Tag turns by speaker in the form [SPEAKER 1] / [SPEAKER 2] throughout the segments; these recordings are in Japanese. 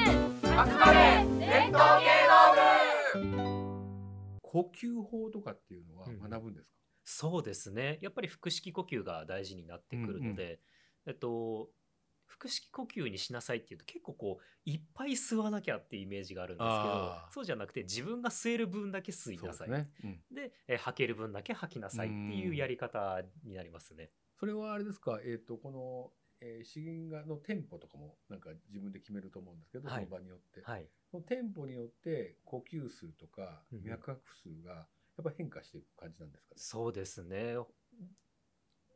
[SPEAKER 1] 集まれ伝統芸能部
[SPEAKER 2] 呼吸法とかっていうのは学ぶんですか、
[SPEAKER 3] そうですねやっぱり腹式呼吸が大事になってくるので、えっと腹式呼吸にしなさいっていうと結構こういっぱい吸わなきゃっていうイメージがあるんですけど
[SPEAKER 2] あー
[SPEAKER 3] そうじゃなくて自分が吸える分だけ吸いなさいで,、
[SPEAKER 2] ね、うん
[SPEAKER 3] えー吐ける分だけ吐きなさいっていうやり方になりますね。
[SPEAKER 2] それはあれですかえっ、とこの、えー、資源がの店舗とかもなんか自分で決めると思うんですけど、
[SPEAKER 3] はい
[SPEAKER 2] その場によって、
[SPEAKER 3] はい、
[SPEAKER 2] その店舗によって呼吸数とか
[SPEAKER 3] うんうん
[SPEAKER 2] 脈拍数がやっぱ変化していく感じなんですかね、
[SPEAKER 3] そうですね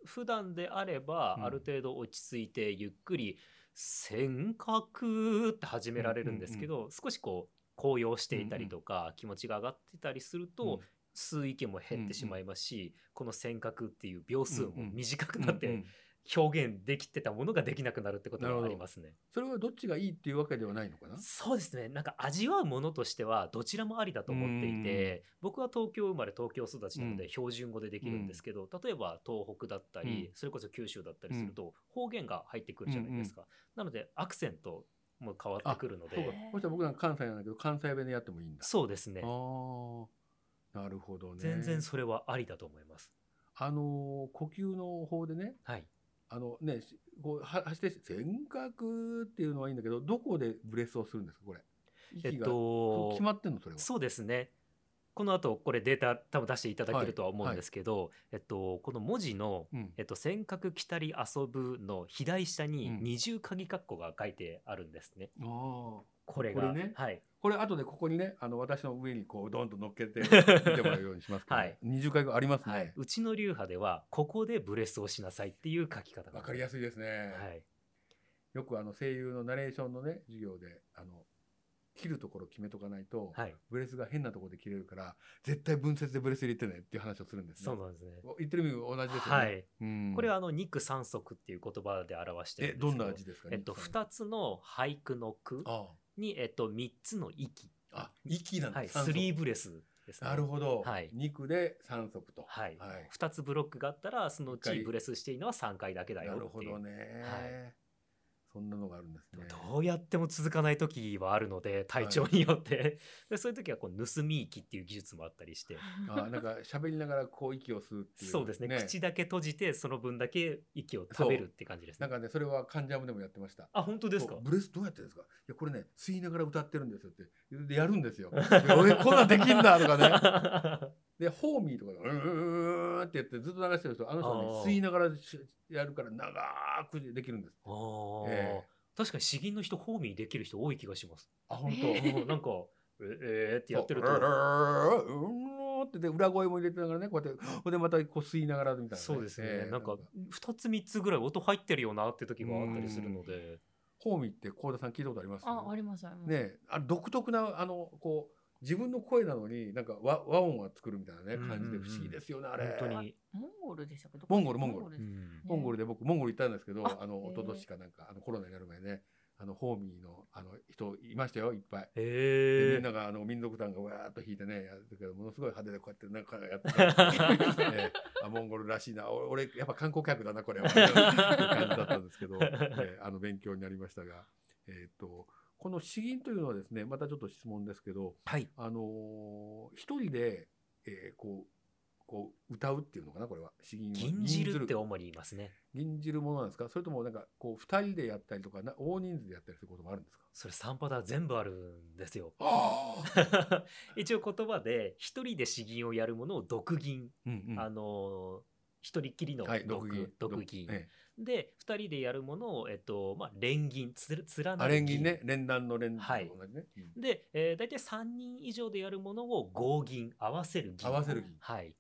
[SPEAKER 3] 普段であれば
[SPEAKER 2] うん
[SPEAKER 3] ある程度落ち着いてゆっくり「尖閣」って始められるんですけど、少しこう高揚していたりとか、気持ちが上がってたりすると、数域も減ってしまいますし、この尖閣っていう秒数も短く
[SPEAKER 2] うん
[SPEAKER 3] なっ
[SPEAKER 2] うんう
[SPEAKER 3] て
[SPEAKER 2] ん
[SPEAKER 3] 表現できてたものができなくなるってこと
[SPEAKER 2] なるほ
[SPEAKER 3] があ
[SPEAKER 2] ど
[SPEAKER 3] りますね。
[SPEAKER 2] それはどっちがいいっていうわけではないのかな
[SPEAKER 3] そうですねなんか味わうものとしてはどちらもありだと思っていて僕は東京生まれ東京育ちなの
[SPEAKER 2] う
[SPEAKER 3] で
[SPEAKER 2] ん
[SPEAKER 3] 標準語でできるんですけど、例えば東北だったり、それこそ九州だったりすると方言が入ってくるじゃないですか、なのでアクセントも変わってくるの
[SPEAKER 2] そうか
[SPEAKER 3] で
[SPEAKER 2] もしたら僕なんか関西なんだけど関西弁でやってもいいんだ
[SPEAKER 3] そうですね
[SPEAKER 2] ああなるほどね
[SPEAKER 3] 全然それはありだと思います。
[SPEAKER 2] あのー呼吸の方でね
[SPEAKER 3] はい
[SPEAKER 2] あのねしこうは走って尖閣っていうのはいいんだけどどこでブレスをするんですかこれ
[SPEAKER 3] え
[SPEAKER 2] 息
[SPEAKER 3] っ
[SPEAKER 2] が、そう
[SPEAKER 3] と
[SPEAKER 2] 決まってんのそれは
[SPEAKER 3] そうですね。この後これデータ多分出していただけるとは思う
[SPEAKER 2] は
[SPEAKER 3] ん
[SPEAKER 2] い
[SPEAKER 3] ですけど、えっとこの文字の
[SPEAKER 2] うん
[SPEAKER 3] えっと尖閣来たり遊ぶの左下に
[SPEAKER 2] うん
[SPEAKER 3] 二重鍵括弧が書いてあるんですね。
[SPEAKER 2] あー
[SPEAKER 3] これが
[SPEAKER 2] これね
[SPEAKER 3] はい
[SPEAKER 2] これ後でここにねあの私の上にこうドンと乗っけて見てもらうようにしますけど、
[SPEAKER 3] はい
[SPEAKER 2] 20回があります
[SPEAKER 3] はい
[SPEAKER 2] ね。
[SPEAKER 3] うちの流派ではここでブレスをしなさいっていう書き方
[SPEAKER 2] わ、かりや
[SPEAKER 3] す
[SPEAKER 2] すいですね。
[SPEAKER 3] はい。
[SPEAKER 2] よくあの声優のナレーションのね授業であの切るところ決めとかないと、
[SPEAKER 3] はい。
[SPEAKER 2] ブレスが変なところで切れるから絶対分節でブレス入れてねっていう話をするんですね。
[SPEAKER 3] そうなんですね。
[SPEAKER 2] お言ってる意味同じですよね。
[SPEAKER 3] はい。
[SPEAKER 2] うん
[SPEAKER 3] これはあの肉三足っていう言葉で表して
[SPEAKER 2] え
[SPEAKER 3] るんですけ
[SPEAKER 2] ど
[SPEAKER 3] ど。
[SPEAKER 2] んな味ですか
[SPEAKER 3] えっと
[SPEAKER 2] 肉さん
[SPEAKER 3] 二つの俳句の句
[SPEAKER 2] あ
[SPEAKER 3] にえっと三つの息
[SPEAKER 2] ああ息なんだ、
[SPEAKER 3] はい
[SPEAKER 2] 酸素
[SPEAKER 3] スリーブレスですね。
[SPEAKER 2] なるほど、
[SPEAKER 3] はい
[SPEAKER 2] 肉で三足と
[SPEAKER 3] はい、
[SPEAKER 2] はい
[SPEAKER 3] 2つブロックがあったらそのう
[SPEAKER 2] 一
[SPEAKER 3] ち
[SPEAKER 2] 回
[SPEAKER 3] ブレスしていいのは3回だけだ
[SPEAKER 2] な
[SPEAKER 3] よ
[SPEAKER 2] る
[SPEAKER 3] っ
[SPEAKER 2] ほ
[SPEAKER 3] ていう
[SPEAKER 2] どね、
[SPEAKER 3] はい
[SPEAKER 2] そんなのがあるんですね。
[SPEAKER 3] どうやっても続かない時はあるので体調によって、 でそういう時はこう盗み息っていう技術もあったりして
[SPEAKER 2] あなんか喋りながらこう息を吸うっていう、
[SPEAKER 3] そうですね口だけ閉じてその分だけ息を食べるって感じです
[SPEAKER 2] な
[SPEAKER 3] ね
[SPEAKER 2] んかねそれは患者もでもやってました
[SPEAKER 3] あ本当ですか
[SPEAKER 2] そうブレスどうやってですかいやこれね吸いながら歌ってるんですよってでやるんです よで俺こんなんできんだとかねでホーミーとかでうーんってやってずっと流してる人あの人はね
[SPEAKER 3] あー
[SPEAKER 2] 吸いながらしやるから長くできるんです
[SPEAKER 3] あー、
[SPEAKER 2] ええ
[SPEAKER 3] 確かに詩吟の人ホーミーできる人多い気がし ます
[SPEAKER 2] あ本当、
[SPEAKER 1] ええ
[SPEAKER 3] うんなんかええーってやってると
[SPEAKER 2] そううーんってで裏声も入れてながらねこうやってほんでまたこう吸いながらみたいなね、
[SPEAKER 3] そうですね、
[SPEAKER 2] ええ
[SPEAKER 3] なんか2つ3つぐらい音入ってるよなって時があったりするので
[SPEAKER 2] ホーミーって幸田さん聞いたことあります
[SPEAKER 1] あありますあります、
[SPEAKER 2] ねえあ独特なあのこう自分の声なのになんか和和音は作るみたいなね
[SPEAKER 3] うんうんうん
[SPEAKER 2] 感じで不思議ですよね、あれ
[SPEAKER 3] 本当に、
[SPEAKER 1] モンゴルでしたっけど
[SPEAKER 2] モンゴルモンゴル
[SPEAKER 1] ル
[SPEAKER 3] う
[SPEAKER 1] です
[SPEAKER 3] ん
[SPEAKER 2] モンゴル
[SPEAKER 1] で
[SPEAKER 2] で僕モンゴル行ったんですけど
[SPEAKER 1] あ
[SPEAKER 2] あの
[SPEAKER 1] へえ
[SPEAKER 2] 一昨年かなんかあのコロナになる前ねあのホーミーのあの人いましたよいっぱい。でみ
[SPEAKER 3] え
[SPEAKER 2] ん
[SPEAKER 3] え
[SPEAKER 2] ながあの民族団がわーっと弾いてねやってたけどものすごい派手でこうやってなんかや ってた、ええあモンゴルらしいなお俺やっぱ観光客だなこれはっていう 感じだったんですけど、ええあの勉強になりましたが、えーっとこの詩吟というのはですねまたちょっと質問ですけど、
[SPEAKER 3] はい
[SPEAKER 2] あのー一人で、えーこうこう歌うっていうのかなこれは詩吟を
[SPEAKER 3] 銀汁って
[SPEAKER 2] 吟
[SPEAKER 3] 主に言いますね
[SPEAKER 2] 吟じるものなんですかそれともなんかこう二人でやったりとかな大人数でやったりすることもあるんですか
[SPEAKER 3] それ3パターン全部あるんですよ
[SPEAKER 2] ああ、
[SPEAKER 3] 一応言葉で一人で詩吟をやるものを独吟、
[SPEAKER 2] うんうん
[SPEAKER 3] あのー一人っきりの
[SPEAKER 2] はい、
[SPEAKER 3] 独
[SPEAKER 2] 独
[SPEAKER 3] 吟
[SPEAKER 2] 銀、。
[SPEAKER 3] 独
[SPEAKER 2] え
[SPEAKER 3] 吟
[SPEAKER 2] え
[SPEAKER 3] で二人でやるものを、えっとまあ、連吟つる連な
[SPEAKER 2] あ
[SPEAKER 3] る
[SPEAKER 2] れ
[SPEAKER 3] 吟
[SPEAKER 2] 銀ね、連弾の連
[SPEAKER 3] は
[SPEAKER 2] 弾
[SPEAKER 3] い
[SPEAKER 2] と同じね。うん
[SPEAKER 3] で、えー、大体3人以上でやるものを合銀合わせる銀
[SPEAKER 2] 合わせる銀。っ
[SPEAKER 3] はい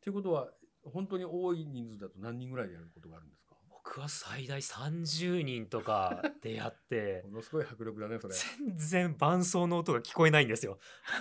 [SPEAKER 2] ていうことは、本当に多い人数だと何人ぐらいでやることがあるんですか
[SPEAKER 3] 僕は最大30人とかでやって
[SPEAKER 2] ものすごい迫力だね、それ。
[SPEAKER 3] 全然伴奏の音が聞こえないんですよ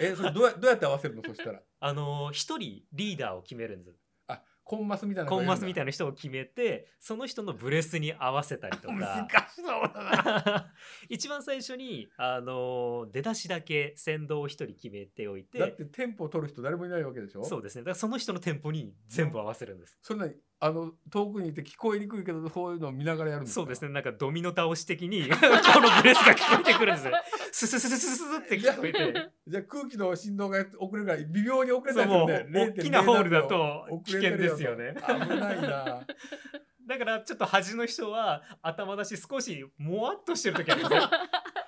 [SPEAKER 2] え、それどうやどうやって合わせるのそしたら。
[SPEAKER 3] あの一人リーダーを決めるんです
[SPEAKER 2] あ、コンマスみたいな。
[SPEAKER 3] コンマスみた
[SPEAKER 2] な。
[SPEAKER 3] いな人を決めてその人のブレスに合わせたりと
[SPEAKER 2] 難
[SPEAKER 3] か
[SPEAKER 2] しそうだな。
[SPEAKER 3] 一番最初に、あの出だしだけ先導を一人決めておい
[SPEAKER 2] だっててテンポを取る人誰もいないわけでしょ
[SPEAKER 3] そうですねだからその人のテンポに全部合わせるんです
[SPEAKER 2] それなりあの遠くにいて聞こえにくいけどそういうのを見ながらやるんですか
[SPEAKER 3] そうですねなんかドミノ倒し的に このブレスが聞こえてくるんですよスススススススって聞こえて
[SPEAKER 2] じゃあ空気の振動が遅れるぐらい微妙に遅れた
[SPEAKER 3] そう
[SPEAKER 2] り
[SPEAKER 3] もう
[SPEAKER 2] するんで
[SPEAKER 3] 大きなホールだと危険ですよね
[SPEAKER 2] 0.07秒危ないな
[SPEAKER 3] だからちょっと端の人は頭出し少しもわっとしてる時あるんですよ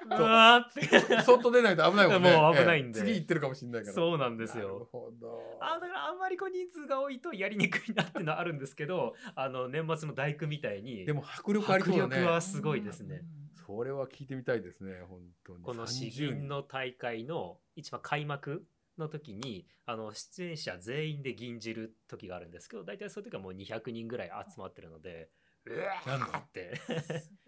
[SPEAKER 2] そう
[SPEAKER 3] うわーって
[SPEAKER 2] 外出ないと危ないもんね。
[SPEAKER 3] もう危ないんで
[SPEAKER 2] ええ次行ってるかもしれないから。
[SPEAKER 3] そうなんです
[SPEAKER 2] なる
[SPEAKER 3] よ
[SPEAKER 2] ほど。
[SPEAKER 3] あだからあんまりこう人数が多いとやりにくいなっていうのはあるんですけどあの年末の大工みたいに
[SPEAKER 2] でも迫力ありそうだ
[SPEAKER 3] 迫力
[SPEAKER 2] ね。
[SPEAKER 3] はすごいですね。
[SPEAKER 2] それは聞いてみたいですね、本当に。
[SPEAKER 3] この詩
[SPEAKER 2] 30
[SPEAKER 3] 吟
[SPEAKER 2] 人。
[SPEAKER 3] の大会の一番開幕の時にあの出演者全員で吟じる時があるんですけど大体そういう時はもう200人ぐらい集まってるのでうわーって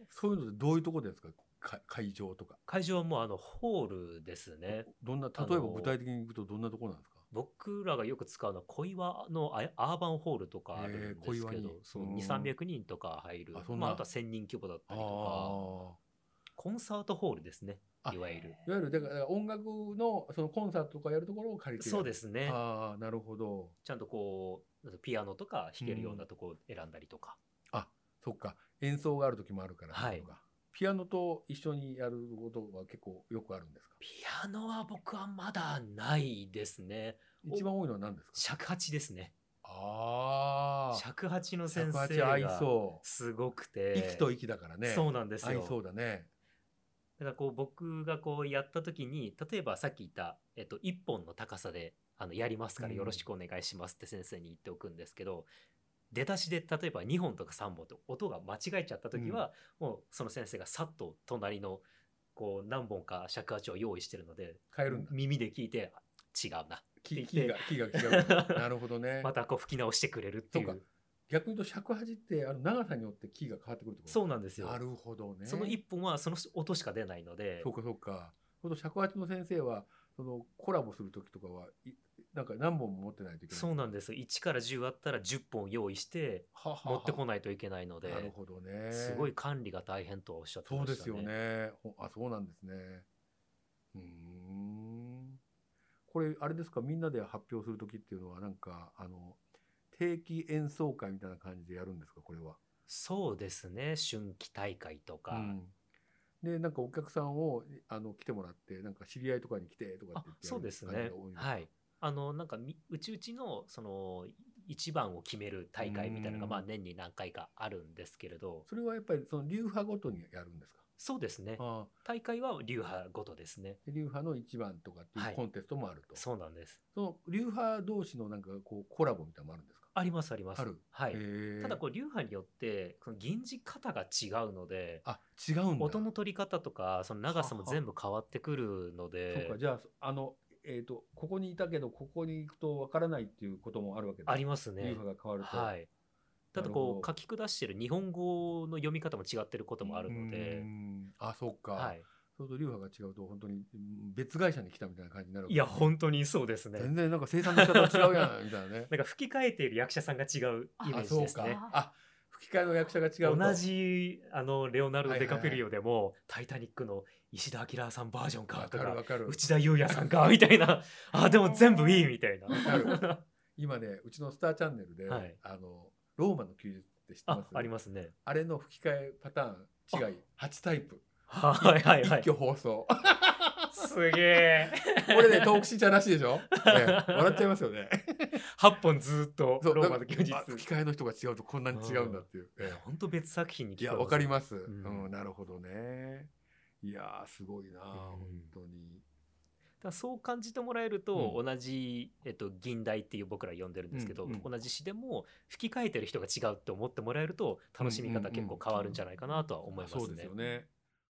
[SPEAKER 2] そういうのでどういうところですかか会場とか。
[SPEAKER 3] 会場はもうあのホールですね
[SPEAKER 2] どんな、例え
[SPEAKER 3] あ
[SPEAKER 2] ば
[SPEAKER 3] の
[SPEAKER 2] 具体的に行くとどんなところなんですか
[SPEAKER 3] 僕らがよく使うのは小岩のアアーバンホールとかあるんですけど、
[SPEAKER 2] へー小岩に
[SPEAKER 3] そう
[SPEAKER 2] うん
[SPEAKER 3] 2 3 0 0人とか入る
[SPEAKER 2] あ
[SPEAKER 3] あ,、
[SPEAKER 2] そんな
[SPEAKER 3] まあ、あとは1,000人規模だったりと
[SPEAKER 2] あ
[SPEAKER 3] かコンサートホールですね
[SPEAKER 2] あ
[SPEAKER 3] いわゆる
[SPEAKER 2] あ。いわゆるだから音楽のそのコンサートとかやるところを借りて
[SPEAKER 3] そうですすね
[SPEAKER 2] ああなるほど
[SPEAKER 3] ちゃんとこうピアノとか弾けるようなとこを選んだりとか、
[SPEAKER 2] そっか演奏がある時もあるから、
[SPEAKER 3] はい
[SPEAKER 2] そうかピアノと一緒にやることは結構よくあるんですか
[SPEAKER 3] ピアノは僕はまだないですねお
[SPEAKER 2] 一番多いのは何ですか
[SPEAKER 3] 尺八ですね
[SPEAKER 2] ああ。
[SPEAKER 3] 尺八の先生
[SPEAKER 2] 合い
[SPEAKER 3] が
[SPEAKER 2] そ
[SPEAKER 3] すごく
[SPEAKER 2] う。
[SPEAKER 3] て
[SPEAKER 2] 息と息だからね。
[SPEAKER 3] そうなんです
[SPEAKER 2] 合い
[SPEAKER 3] よ
[SPEAKER 2] そうだね。
[SPEAKER 3] だからこう僕がこうやった時に例えばさっき言った、えっと、1本の高さであのやりますからよろしくお願いしますって先生に言っておくんですけど、出だしで例えば2本とか3本と音が間違えちゃった時は、もうその先生がさっと隣のこう何本か尺八を用意してるので
[SPEAKER 2] 変えるんだ。
[SPEAKER 3] 耳で聞いてあ違うな
[SPEAKER 2] キ
[SPEAKER 3] って
[SPEAKER 2] ーキー
[SPEAKER 3] 言
[SPEAKER 2] が
[SPEAKER 3] っ
[SPEAKER 2] キーが違う から。なるほどね。
[SPEAKER 3] またこう吹き直してくれるっていう
[SPEAKER 2] そ
[SPEAKER 3] そうう
[SPEAKER 2] か逆に言うと尺八ってあの長さによってキーが変わってくるってこと。
[SPEAKER 3] なんですよ
[SPEAKER 2] なるほどね。
[SPEAKER 3] その1本はその音しか出ないので
[SPEAKER 2] そうかそうか。その尺八の先生はそのコラボする時とかはいなんか何本も持ってないといけない。
[SPEAKER 3] そうなんですよ1から10あったら10本用意して
[SPEAKER 2] ははは
[SPEAKER 3] 持ってこないといけないので、
[SPEAKER 2] なるほどね。
[SPEAKER 3] すごい。管理が大変とはおっしゃって
[SPEAKER 2] そ
[SPEAKER 3] ま
[SPEAKER 2] うで
[SPEAKER 3] した
[SPEAKER 2] すよ
[SPEAKER 3] ね。
[SPEAKER 2] ね。ほあ、そうなんですね。うーん。これあれですか、みんなで発表するときっていうのはなんかあの定期演奏会みたいな感じでやるんですか、これは。
[SPEAKER 3] そうですね。春季大会とか、
[SPEAKER 2] うんでなんかお客さんをあの来てもらってなんか知り合いとかに来てとかっ
[SPEAKER 3] あ
[SPEAKER 2] て言ってや
[SPEAKER 3] そう
[SPEAKER 2] る
[SPEAKER 3] です
[SPEAKER 2] 感
[SPEAKER 3] ね
[SPEAKER 2] じが多いの。か
[SPEAKER 3] はい。あのなんかみうちうちのその一番を決める大会みたいなのが
[SPEAKER 2] うん
[SPEAKER 3] まあ年に何回かあるんですけれど、
[SPEAKER 2] それはやっぱりその流派ごとにやるんですか。
[SPEAKER 3] そうですね。
[SPEAKER 2] あ
[SPEAKER 3] 大会は流派ごとですね。
[SPEAKER 2] で流派の一番とかってい
[SPEAKER 3] は
[SPEAKER 2] う
[SPEAKER 3] い
[SPEAKER 2] コンテストもあると。
[SPEAKER 3] そうなんです。
[SPEAKER 2] その流派同士のなんかこうコラボみたいなのもあるんですか。
[SPEAKER 3] ありますあります。
[SPEAKER 2] ある
[SPEAKER 3] はい。
[SPEAKER 2] へえ
[SPEAKER 3] ただこう流派によってこの銀字方が違うので。
[SPEAKER 2] あ違うんだ。
[SPEAKER 3] 音の取り方とかその長さも全部変わってくるの
[SPEAKER 2] そう
[SPEAKER 3] で
[SPEAKER 2] かじゃあそあのえっ、とここにいたけどここに行くとわからないっていうこともあるわけです
[SPEAKER 3] あります
[SPEAKER 2] 流
[SPEAKER 3] ね。
[SPEAKER 2] 派が変わると。
[SPEAKER 3] はい。ただ
[SPEAKER 2] なるほ
[SPEAKER 3] こ
[SPEAKER 2] ど
[SPEAKER 3] う書き下してる日本語の読み方も違ってることもあるの
[SPEAKER 2] うー、
[SPEAKER 3] で
[SPEAKER 2] んあそうか。
[SPEAKER 3] はい。
[SPEAKER 2] そうすると流派が違うと本当にうん別会社に来たみたいな感じになるわけ
[SPEAKER 3] いや
[SPEAKER 2] ですね
[SPEAKER 3] 本当にそうですね。。
[SPEAKER 2] 全然なんか生産の仕方違うやんみたいなね
[SPEAKER 3] なんか吹き替えている役者さんが違う イ
[SPEAKER 2] あ
[SPEAKER 3] メージ
[SPEAKER 2] そう
[SPEAKER 3] です
[SPEAKER 2] か
[SPEAKER 3] ね。。
[SPEAKER 2] あ吹き替えの役者が違うと。
[SPEAKER 3] 同じあのレオナル
[SPEAKER 2] は
[SPEAKER 3] ド・
[SPEAKER 2] いは
[SPEAKER 3] デ
[SPEAKER 2] いはい
[SPEAKER 3] カプリオでも「タイタニック」の石田明さんバージョンか
[SPEAKER 2] わ
[SPEAKER 3] と
[SPEAKER 2] かるわ
[SPEAKER 3] か
[SPEAKER 2] かる。
[SPEAKER 3] 内田裕也さんかみたい なあでも全部いいみたいな。
[SPEAKER 2] わかる今ねうちのスターチャンネルで、
[SPEAKER 3] はい
[SPEAKER 2] あのローマの休日って知ってま
[SPEAKER 3] あ
[SPEAKER 2] す？
[SPEAKER 3] ありますね。
[SPEAKER 2] あれの吹き替えパターン違い8タイプ。
[SPEAKER 3] はいはいは
[SPEAKER 2] 一
[SPEAKER 3] い。
[SPEAKER 2] 挙放送。
[SPEAKER 3] すげえ。
[SPEAKER 2] これね、トークシーちゃんらしいで しょ、ええ笑っちゃいますよね。
[SPEAKER 3] 8本ずーっと
[SPEAKER 2] そう
[SPEAKER 3] ローマの休日
[SPEAKER 2] なん。かあ吹き替えの人が違うとこんなに違うんだっていう。え
[SPEAKER 3] 本当別作品に
[SPEAKER 2] えい
[SPEAKER 3] 聞
[SPEAKER 2] や、
[SPEAKER 3] こえ
[SPEAKER 2] わかり
[SPEAKER 3] ま
[SPEAKER 2] ます。う
[SPEAKER 3] うん
[SPEAKER 2] ん、なるほどね。いやー、すごいな、本当に。
[SPEAKER 3] すだからそう感じてもらえると、同じ、えっと、銀代っていう僕ら呼んでるんですけど、
[SPEAKER 2] うんうん
[SPEAKER 3] 同じ詩でも吹き替えてる人が違うって思ってもらえると楽しみ方結構変わるんじゃないかなとは思いますね。
[SPEAKER 2] そうですよね。